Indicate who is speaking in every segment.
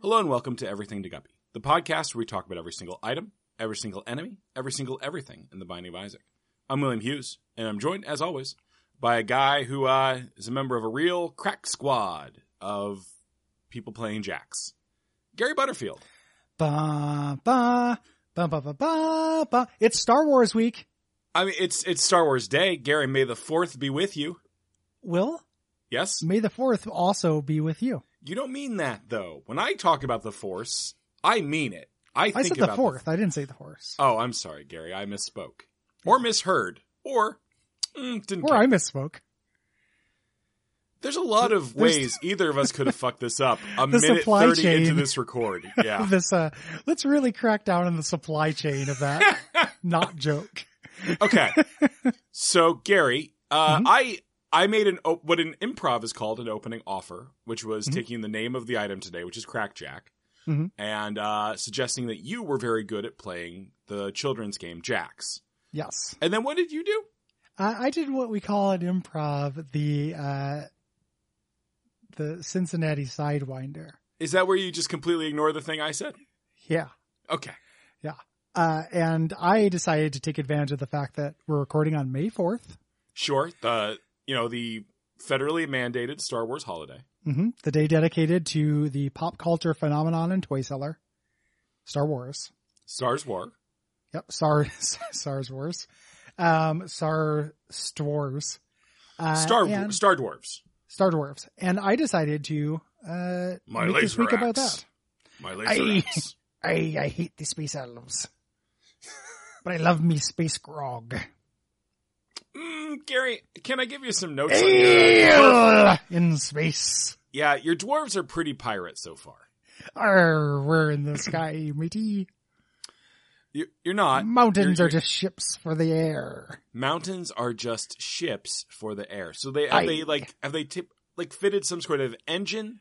Speaker 1: Hello and welcome to Everything to Guppy, the podcast where we talk about every single item, every single enemy, every single everything in the Binding of Isaac. I'm William Hughes, and I'm joined, as always, by a guy who uh, is a member of a real crack squad of people playing jacks. Gary Butterfield.
Speaker 2: Ba ba ba ba ba ba ba. It's Star Wars week.
Speaker 1: I mean, it's it's Star Wars Day. Gary, may the fourth be with you.
Speaker 2: Will
Speaker 1: Yes,
Speaker 2: May the Fourth also be with you.
Speaker 1: you don't mean that though. When I talk about the Force, I mean it. I
Speaker 2: I
Speaker 1: think
Speaker 2: said the
Speaker 1: about
Speaker 2: Fourth. I didn't say the Horse.
Speaker 1: oh, I'm sorry, Gary. I misspoke or misheard or mm, didn't.
Speaker 2: or
Speaker 1: care.
Speaker 2: I misspoke.
Speaker 1: There's a lot of
Speaker 2: There's-
Speaker 1: ways either of us could have fucked this up. A
Speaker 2: The
Speaker 1: minute
Speaker 2: supply
Speaker 1: thirty into
Speaker 2: chain.
Speaker 1: this record, yeah.
Speaker 2: This uh, let's really crack down on the supply chain of that not joke.
Speaker 1: okay. So Gary, uh,
Speaker 2: Mhm.
Speaker 1: I I made an op- what an improv is called an opening offer, which was
Speaker 2: Mhm.
Speaker 1: taking the name of the item today, which is crackjack,
Speaker 2: Mhm.
Speaker 1: and uh, suggesting that you were very good at playing the children's game Jacks.
Speaker 2: Yes,
Speaker 1: And then what did you do?
Speaker 2: I, I did what we call in improv the uh, the Cincinnati Sidewinder.
Speaker 1: Is that where you just completely ignore the thing I said?
Speaker 2: Yeah.
Speaker 1: Okay.
Speaker 2: Uh, and I decided to take advantage of the fact that we're recording on May 4th.
Speaker 1: Sure. The you know the federally mandated Star Wars holiday.
Speaker 2: hmm The day dedicated to the pop culture phenomenon and toy seller, Star Wars.
Speaker 1: Stars War.
Speaker 2: Yep, Star Star Wars, um, Star Stwars, uh,
Speaker 1: Star
Speaker 2: and
Speaker 1: Star Dwarves.
Speaker 2: Star Dwarves, and I decided to uh,
Speaker 1: My
Speaker 2: make this
Speaker 1: laser
Speaker 2: week about
Speaker 1: axe.
Speaker 2: that.
Speaker 1: My
Speaker 2: Aye.
Speaker 1: laser axe.
Speaker 2: I I hate the space elves, but I love me space grog.
Speaker 1: Mm, Gary, can I give you some notes? on your, uh, dwarf?
Speaker 2: Ale in space,
Speaker 1: Yeah, your dwarves are pretty pirate so far.
Speaker 2: Arr, we're in the sky, matey.
Speaker 1: You, you're not.
Speaker 2: Mountains
Speaker 1: you're-
Speaker 2: are just ships for the air.
Speaker 1: Mountains are just ships for the air. So they have
Speaker 2: Aye.
Speaker 1: they like have they tip, like fitted some sort of engine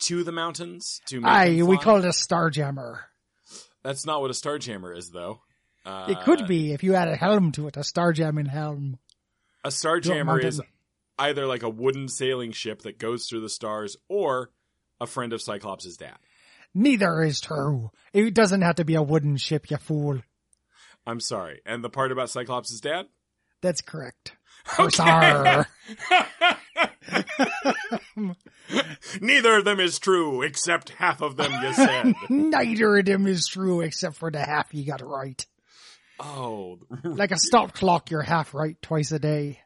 Speaker 1: to the mountains to make
Speaker 2: Aye,
Speaker 1: them
Speaker 2: we
Speaker 1: fly?
Speaker 2: call it a starjammer.
Speaker 1: That's not what a starjammer is though. Uh,
Speaker 2: it could be if you add a helm to it, a starjamming helm.
Speaker 1: a
Speaker 2: Do it,
Speaker 1: starjammer
Speaker 2: mountain.
Speaker 1: is either like a wooden sailing ship that goes through the stars or a friend of Cyclops' dad.
Speaker 2: Neither is true. It doesn't have to be a wooden ship, you fool.
Speaker 1: I'm sorry. And the part about Cyclops' dad?
Speaker 2: That's correct.
Speaker 1: Okay.
Speaker 2: Hursar.
Speaker 1: Neither of them is true, except half of them you said.
Speaker 2: Neither of them is true except for the half you got right.
Speaker 1: oh,
Speaker 2: Like a stop clock, you're half right twice a day.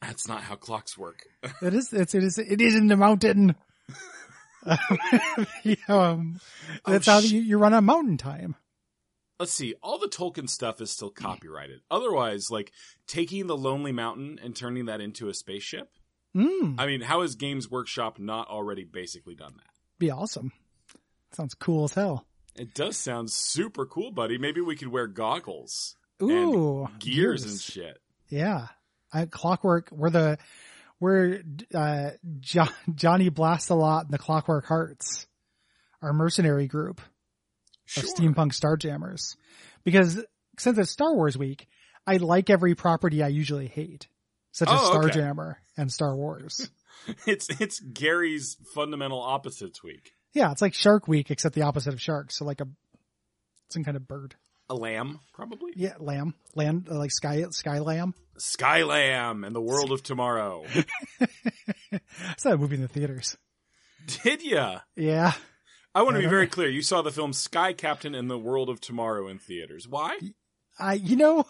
Speaker 1: that's not how clocks work.
Speaker 2: It is, it's, it is, it is in the mountain. um,
Speaker 1: Oh,
Speaker 2: that's how
Speaker 1: sh-
Speaker 2: you, you run on mountain time.
Speaker 1: Let's see. All the Tolkien stuff is still copyrighted. Otherwise, like taking the Lonely Mountain and turning that into a spaceship.
Speaker 2: Mm,
Speaker 1: I mean, how has Games Workshop not already basically done that?
Speaker 2: be awesome. Sounds cool as hell.
Speaker 1: It does sound super cool, buddy. Maybe we could wear goggles,
Speaker 2: Ooh,
Speaker 1: gears, and shit.
Speaker 2: Yeah. I, Clockwork, we're the, we're, uh, jo- Johnny Blast-A-Lot and the Clockwork Hearts, our mercenary group
Speaker 1: Sure.
Speaker 2: of steampunk starjammers. Because since it's Star Wars week, I like every property I usually hate, such as
Speaker 1: Oh, okay.
Speaker 2: Starjammer and Star Wars.
Speaker 1: It's it's Gary's fundamental opposites week.
Speaker 2: yeah, it's like Shark Week, except the opposite of sharks. So like a, some kind of bird.
Speaker 1: A lamb, probably.
Speaker 2: Yeah, lamb, land, uh, like sky, sky lamb.
Speaker 1: Skylam and the World of Tomorrow.
Speaker 2: I saw that movie in the theaters.
Speaker 1: Did ya?
Speaker 2: Yeah.
Speaker 1: I want to be
Speaker 2: Yeah.
Speaker 1: very clear. You saw the film Sky Captain and the World of Tomorrow in theaters. Why?
Speaker 2: I, you know,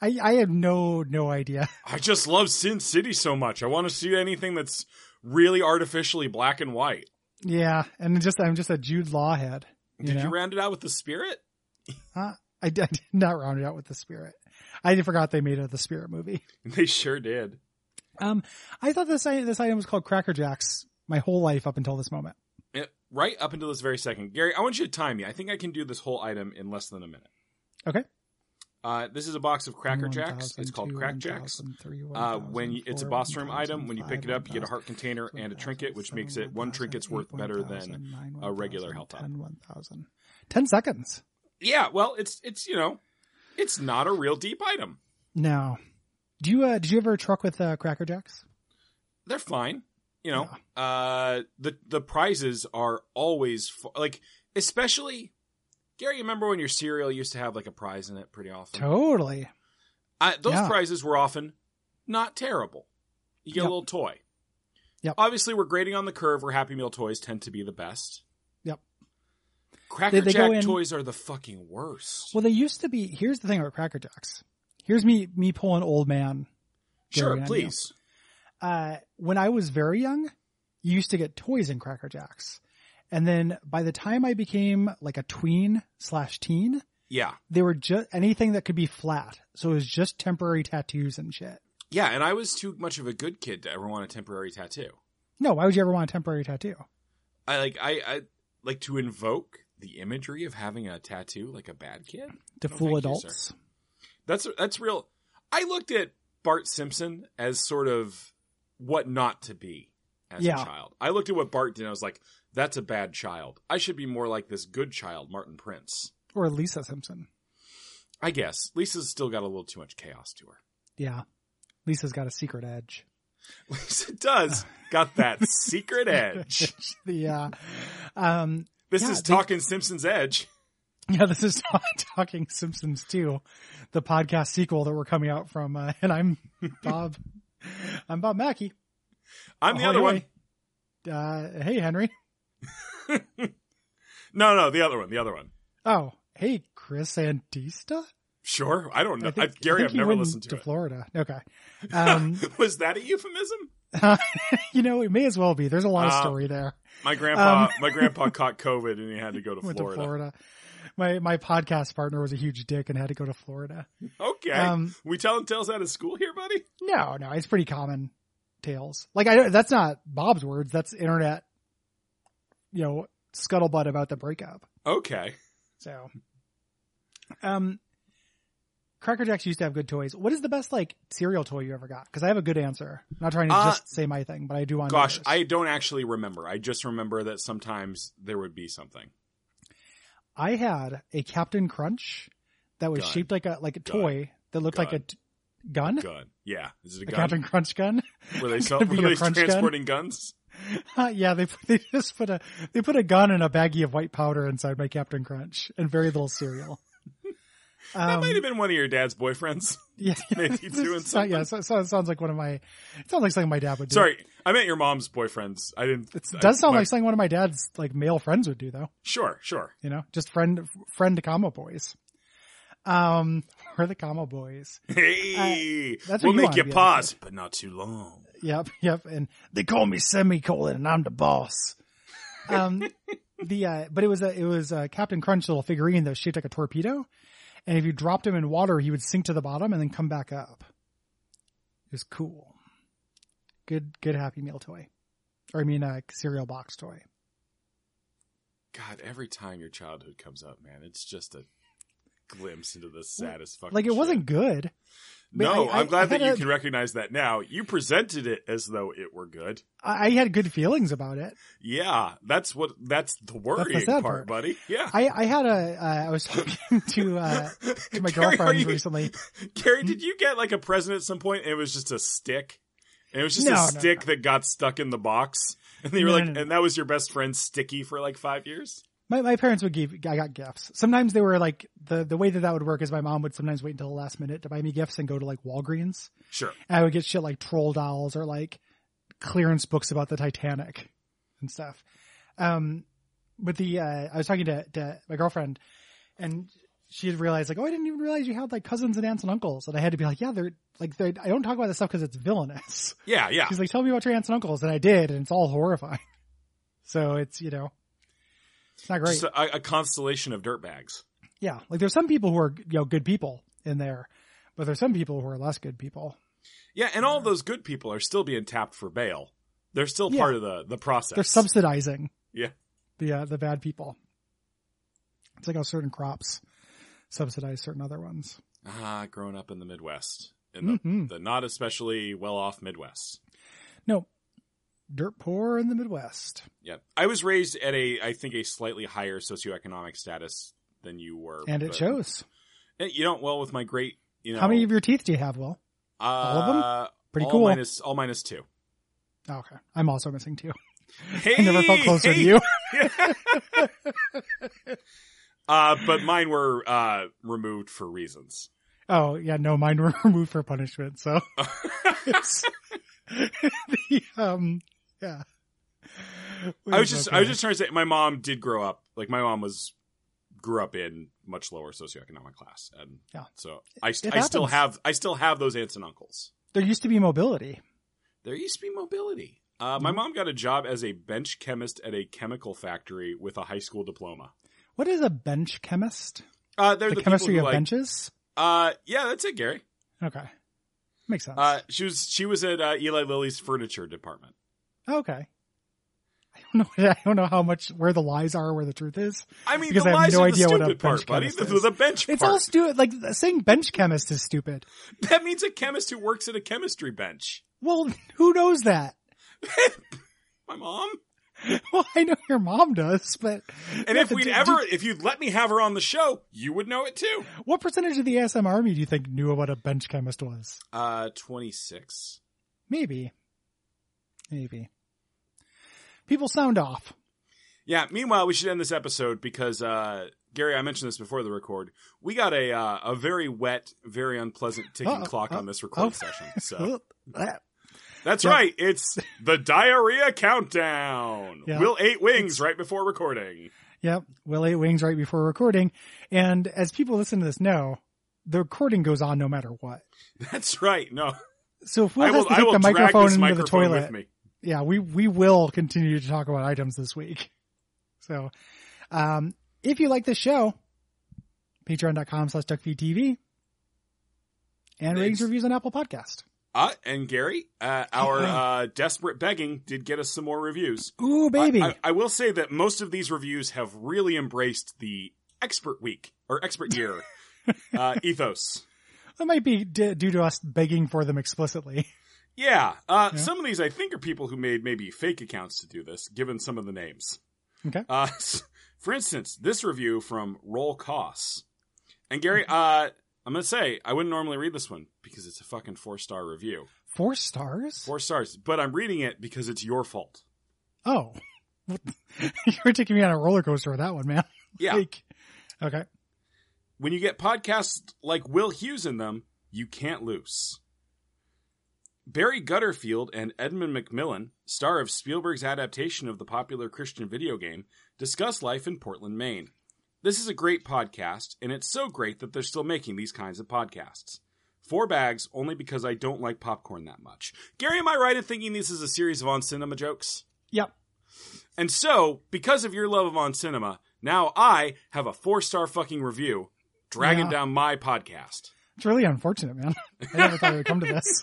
Speaker 2: I, I have no, no idea.
Speaker 1: I just love Sin City so much. I want to see anything that's really artificially black and white.
Speaker 2: Yeah. And just, I'm just a Jude Law head. You
Speaker 1: Did
Speaker 2: know?
Speaker 1: you round it out with the spirit?
Speaker 2: I, did- I did not round it out with the spirit. I forgot they made it the spirit movie.
Speaker 1: They sure did.
Speaker 2: Um, I thought this, i- this item was called Cracker Jacks my whole life up until this moment.
Speaker 1: Yeah, eh, Right up until this very second. Gary, I want you to time me. I think I can do this whole item in less than a minute.
Speaker 2: Okay.
Speaker 1: Uh, this is a box of Cracker Jacks. It's called
Speaker 2: 1002,
Speaker 1: Crack Jacks.
Speaker 2: 1003,
Speaker 1: Uh, when you, it's a
Speaker 2: 1004,
Speaker 1: boss room item, when you
Speaker 2: 1005,
Speaker 1: pick it up, you get a
Speaker 2: 1000,
Speaker 1: heart container and a trinket, which makes it one trinket's worth better than. a regular health item.
Speaker 2: 10, 1000. 10 seconds.
Speaker 1: Yeah, well, it's it's you know, it's not a real deep item.
Speaker 2: Now, do you, uh, did you ever truck with, uh, Cracker Jacks?
Speaker 1: They're fine. you know, uh, the the prizes are always fu- like, especially Gary. you Remember when your cereal used to have like a prize in it pretty often?
Speaker 2: Totally.
Speaker 1: I, those
Speaker 2: Yeah.
Speaker 1: prizes were often not terrible. You get
Speaker 2: Yep.
Speaker 1: a little toy.
Speaker 2: Yep.
Speaker 1: Obviously, we're grading on the curve where Happy Meal toys tend to be the best.
Speaker 2: Yep.
Speaker 1: Cracker
Speaker 2: they go
Speaker 1: Jack
Speaker 2: in-
Speaker 1: toys are the fucking worst.
Speaker 2: Well, they used to be. Here's the thing about Cracker Jacks. Here's me me pulling old man.
Speaker 1: sure,
Speaker 2: Gary, I know.
Speaker 1: please.
Speaker 2: Uh, when I was very young, you used to get toys in Cracker Jacks, and then by the time I became like a tween slash teen,
Speaker 1: Yeah.
Speaker 2: they were just anything that could be flat. So it was just temporary tattoos and shit.
Speaker 1: Yeah, and I was too much of a good kid to ever want a temporary tattoo.
Speaker 2: No, why would you ever want a temporary tattoo?
Speaker 1: I like I, I like to invoke the imagery of having a tattoo like a bad kid.
Speaker 2: To
Speaker 1: No,
Speaker 2: fool
Speaker 1: Oh, thank you,
Speaker 2: adults.
Speaker 1: That's that's real. I looked at Bart Simpson as sort of what not to be as
Speaker 2: Yeah.
Speaker 1: a child. I looked at what Bart did and I was like, that's a bad child. I should be more like this good child, Martin Prince.
Speaker 2: or Lisa Simpson.
Speaker 1: I guess. Lisa's still got a little too much chaos to her.
Speaker 2: Yeah. Lisa's got a secret edge.
Speaker 1: Lisa does. Got that secret edge.
Speaker 2: the uh um
Speaker 1: This
Speaker 2: Yeah,
Speaker 1: is
Speaker 2: they-
Speaker 1: talking Simpson's edge.
Speaker 2: yeah, this is talking Simpsons too, the podcast sequel that we're coming out from uh, and I'm Bob I'm Bob Mackey.
Speaker 1: I'm the
Speaker 2: Ahoy,
Speaker 1: other one.
Speaker 2: ahoy. Uh hey Henry.
Speaker 1: No, no, the other one, the other one.
Speaker 2: Oh, hey Chris Antista?
Speaker 1: Sure, I don't know. I
Speaker 2: think-
Speaker 1: Gary,
Speaker 2: think
Speaker 1: I've
Speaker 2: he
Speaker 1: never
Speaker 2: went
Speaker 1: listened to, it.
Speaker 2: Florida. Okay. Um
Speaker 1: Was that a euphemism?
Speaker 2: you know, it may as well be. There's a lot of
Speaker 1: Uh,
Speaker 2: story there.
Speaker 1: My grandpa, my grandpa caught COVID and he had to go to
Speaker 2: um, Went
Speaker 1: Florida.
Speaker 2: to Florida. My my podcast partner was a huge dick and had to go to Florida.
Speaker 1: Okay,
Speaker 2: Um
Speaker 1: we telling tales out of school here, buddy.
Speaker 2: No, no, it's pretty common tales. Like I don't, that's not Bob's words. That's internet, you know, scuttlebutt about the breakup.
Speaker 1: Okay,
Speaker 2: So, um, Cracker Jacks used to have good toys. What is the best like cereal toy you ever got? Because I have a good answer. I'm not trying to
Speaker 1: Uh,
Speaker 2: just say my thing, but I do want.
Speaker 1: gosh,
Speaker 2: yours.
Speaker 1: I don't actually remember. I just remember that sometimes there would be something.
Speaker 2: I had a Captain Crunch that was
Speaker 1: Gun.
Speaker 2: shaped like a like a
Speaker 1: Gun.
Speaker 2: toy that looked like a
Speaker 1: Gun.
Speaker 2: t- gun,
Speaker 1: Gun, yeah, is it a
Speaker 2: a
Speaker 1: gun?
Speaker 2: Captain Crunch gun.
Speaker 1: Were they sell-
Speaker 2: Could be
Speaker 1: were
Speaker 2: a
Speaker 1: they
Speaker 2: crunch gun.
Speaker 1: transporting guns?
Speaker 2: Uh, yeah, they put- they just put a they put a gun and a baggie of white powder inside my Captain Crunch and very little cereal.
Speaker 1: That
Speaker 2: Um,
Speaker 1: might have been one of your dad's boyfriends.
Speaker 2: yeah,
Speaker 1: maybe
Speaker 2: it's-
Speaker 1: doing
Speaker 2: it's not- yeah, so, so it sounds like one of my it sounds like something my dad would do.
Speaker 1: Sorry, I meant your mom's boyfriends. I didn't.
Speaker 2: it
Speaker 1: I-
Speaker 2: does sound
Speaker 1: my-
Speaker 2: like something one of my dad's like male friends would do though.
Speaker 1: Sure, sure.
Speaker 2: You know, just friend friend to comma boys. Um, we're the comma boys.
Speaker 1: Hey,
Speaker 2: that's Uh, what
Speaker 1: we'll
Speaker 2: you
Speaker 1: make
Speaker 2: wanna
Speaker 1: you
Speaker 2: be, I think.
Speaker 1: pause, but not too long.
Speaker 2: Yep, yep. And they call me semicolon, and I'm the boss. Um, the uh, but it was a it was a Captain Crunch little figurine that was shaped like a torpedo, and if you dropped him in water, he would sink to the bottom and then come back up. It was cool. Good, good Happy Meal toy, or I mean, a cereal box toy.
Speaker 1: God, every time your childhood comes up, man, it's just a glimpse into the saddest fucking.
Speaker 2: Like it
Speaker 1: shit.
Speaker 2: wasn't good. but
Speaker 1: No,
Speaker 2: I-
Speaker 1: I, am
Speaker 2: I-
Speaker 1: glad
Speaker 2: I
Speaker 1: that
Speaker 2: had
Speaker 1: you
Speaker 2: a-
Speaker 1: can recognize that now. You presented it as though it were good.
Speaker 2: I, I had good feelings about it.
Speaker 1: Yeah, that's what. That's the worrying part,
Speaker 2: sad part.
Speaker 1: buddy. Yeah.
Speaker 2: I, I had a uh, I was talking to uh, to my
Speaker 1: Gary, are
Speaker 2: girlfriend Hmm?
Speaker 1: you-
Speaker 2: recently.
Speaker 1: Gary, did you get like a present at some point and it was just a stick? And it was just
Speaker 2: No,
Speaker 1: a
Speaker 2: no,
Speaker 1: stick that got stuck in the box. And you were
Speaker 2: No,
Speaker 1: like,
Speaker 2: no, no.
Speaker 1: and that was your best friend Sticky for like five years?
Speaker 2: My my parents would give I got gifts. Sometimes they were like the the way that that would work is my mom would sometimes wait until the last minute to buy me gifts and go to like Walgreens.
Speaker 1: Sure.
Speaker 2: And I would get shit like troll dolls or like clearance books about the Titanic and stuff. Um, but the uh, I was talking to, to my girlfriend, and she had realized like, oh, I didn't even realize you had like cousins and aunts and uncles, and I had to be like, yeah, they're like they I don't talk about this stuff because it's villainous.
Speaker 1: Yeah, yeah.
Speaker 2: She's like, tell me about your aunts and uncles, and I did, and it's all horrifying. So it's you know, it's not great.
Speaker 1: Just a, a constellation of dirt bags.
Speaker 2: Yeah, like there's some people who are you know good people in there, but there's some people who are less good people.
Speaker 1: Yeah, and all those good people are still being tapped for bail. They're still
Speaker 2: Yeah.
Speaker 1: part of the the process.
Speaker 2: They're subsidizing.
Speaker 1: Yeah.
Speaker 2: The uh, the bad people. It's like how certain crops subsidize certain other ones.
Speaker 1: ah, growing up in the Midwest, in the,
Speaker 2: Mhm.
Speaker 1: the not especially well off Midwest.
Speaker 2: No, dirt poor in the Midwest.
Speaker 1: Yep, I was raised at a I think a slightly higher socioeconomic status than you were,
Speaker 2: And it
Speaker 1: but-
Speaker 2: shows.
Speaker 1: Eh, You don't well with my great. You know
Speaker 2: How many of your teeth do you have, Will?
Speaker 1: uh,
Speaker 2: all of them? Pretty
Speaker 1: all
Speaker 2: cool.
Speaker 1: Minus all minus two.
Speaker 2: Oh, okay. I'm also missing two.
Speaker 1: Hey,
Speaker 2: I never felt closer
Speaker 1: hey.
Speaker 2: to you.
Speaker 1: Uh, but mine were uh, removed for reasons.
Speaker 2: Oh, yeah, no, mine were removed for punishment, so it's the, um yeah.
Speaker 1: I was just I was just trying to say my mom did grow up like my mom was grew up in much lower socioeconomic class and
Speaker 2: Yeah.
Speaker 1: so I, st-
Speaker 2: It
Speaker 1: I still
Speaker 2: happens.
Speaker 1: have I still have those aunts and uncles.
Speaker 2: there used to be mobility.
Speaker 1: There used to be mobility. Uh, my
Speaker 2: Mhm.
Speaker 1: mom got a job as a bench chemist at a chemical factory with a high school diploma.
Speaker 2: What is a bench chemist?
Speaker 1: Uh, they're
Speaker 2: The,
Speaker 1: the,
Speaker 2: chemistry
Speaker 1: people
Speaker 2: of
Speaker 1: who, like,
Speaker 2: benches?
Speaker 1: Uh, yeah, that's it, Gary.
Speaker 2: Okay. Makes sense.
Speaker 1: Uh, she was she was at uh, Eli Lilly's furniture department.
Speaker 2: okay. I don't know I don't know how much where the lies are, where the truth is.
Speaker 1: I mean,
Speaker 2: Because
Speaker 1: the
Speaker 2: I have
Speaker 1: lies
Speaker 2: no
Speaker 1: are
Speaker 2: idea
Speaker 1: the
Speaker 2: what a
Speaker 1: stupid part,
Speaker 2: bench
Speaker 1: buddy.
Speaker 2: chemist
Speaker 1: The,
Speaker 2: is.
Speaker 1: the bench
Speaker 2: It's
Speaker 1: part.
Speaker 2: all stupid. Like saying bench chemist is stupid.
Speaker 1: that means a chemist who works at a chemistry bench.
Speaker 2: Well, who knows that?
Speaker 1: My mom.
Speaker 2: Well, I know your mom does, but
Speaker 1: And
Speaker 2: Yeah,
Speaker 1: if
Speaker 2: but
Speaker 1: we'd
Speaker 2: do-
Speaker 1: ever, if you'd let me have her on the show, you would know it too.
Speaker 2: what percentage of the ASM army do you think knew what a bench chemist was?
Speaker 1: Uh, 26.
Speaker 2: Maybe. Maybe. People sound off.
Speaker 1: Yeah. Meanwhile, we should end this episode because, uh, Gary, I mentioned this before the record. We got a, uh, a very wet, very unpleasant ticking
Speaker 2: Uh-oh,
Speaker 1: clock
Speaker 2: uh,
Speaker 1: on this recording
Speaker 2: oh.
Speaker 1: session. So
Speaker 2: Ah,
Speaker 1: that's
Speaker 2: Yeah.
Speaker 1: right. It's the diarrhea countdown.
Speaker 2: Yeah.
Speaker 1: We'll eight wings right before recording.
Speaker 2: Yep. Will ate wings right before recording. And as people listen to this know, the recording goes on no matter what.
Speaker 1: That's right. No,
Speaker 2: So if Will
Speaker 1: I will,
Speaker 2: has to
Speaker 1: I
Speaker 2: take
Speaker 1: will
Speaker 2: the
Speaker 1: drag
Speaker 2: microphone
Speaker 1: this
Speaker 2: into
Speaker 1: microphone
Speaker 2: the toilet,
Speaker 1: with me.
Speaker 2: yeah, we we will continue to talk about items this week. So, um, if you like this show, patreon.com slash duckfeedtv and ratings
Speaker 1: Thanks.
Speaker 2: reviews on Apple Podcast.
Speaker 1: Uh, and Gary, uh, our uh, desperate begging did get us some more reviews.
Speaker 2: Ooh, baby.
Speaker 1: I, I, I will say that most of these reviews have really embraced the expert week or expert year uh, ethos.
Speaker 2: that might be d- due to us begging for them explicitly.
Speaker 1: Yeah, uh,
Speaker 2: Yeah.
Speaker 1: some of these I think are people who made maybe fake accounts to do this, given some of the names.
Speaker 2: Okay.
Speaker 1: Uh, for instance, this review from Roll Costs, and
Speaker 2: Mm-hmm.
Speaker 1: Gary, uh, I'm gonna say I wouldn't normally read this one because it's a fucking four star review,
Speaker 2: Four stars?
Speaker 1: four stars. But I'm reading it because it's your fault.
Speaker 2: Oh. What- You're taking me on a roller coaster with that one, man.
Speaker 1: Yeah.
Speaker 2: Like, okay.
Speaker 1: when you get podcasts like Will Hughes in them, you can't lose. Barry Gutterfield and Edmund McMillan, star of Spielberg's adaptation of the popular Christian video game, discuss life in Portland, Maine. This is a great podcast, and it's so great that they're still making these kinds of podcasts. Four bags only because I don't like popcorn that much. Gary, am I right in thinking this is a series of on cinema jokes?
Speaker 2: Yep.
Speaker 1: And so, because of your love of on cinema, now I have a four star fucking review dragging
Speaker 2: Yeah.
Speaker 1: down my podcast.
Speaker 2: It's really unfortunate, man. I never thought it would come to this.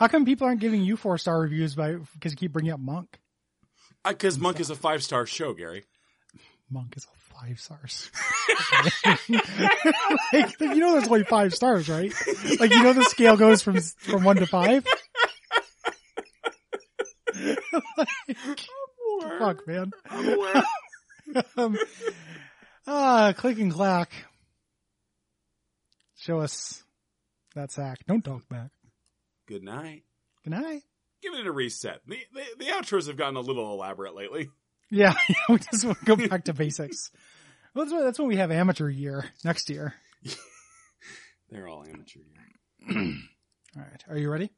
Speaker 2: How come people aren't giving you four star reviews by because you keep bringing up Monk?
Speaker 1: Because Uh, Monk is a five star show, Gary.
Speaker 2: Monk is a five stars. like, you know, there's only five stars, right? Like, you know, the scale goes from from one to five. Fuck, man. Um, ah, click and clack. Show us that sack. Don't talk back.
Speaker 1: Good night.
Speaker 2: Good night.
Speaker 1: Give it a reset. The, the, the outros have gotten a little elaborate lately.
Speaker 2: Yeah, yeah, we just want to go back to basics. Well, that's what, that's when we have amateur year next year.
Speaker 1: They're all amateur. Gary.
Speaker 2: All right, are you ready?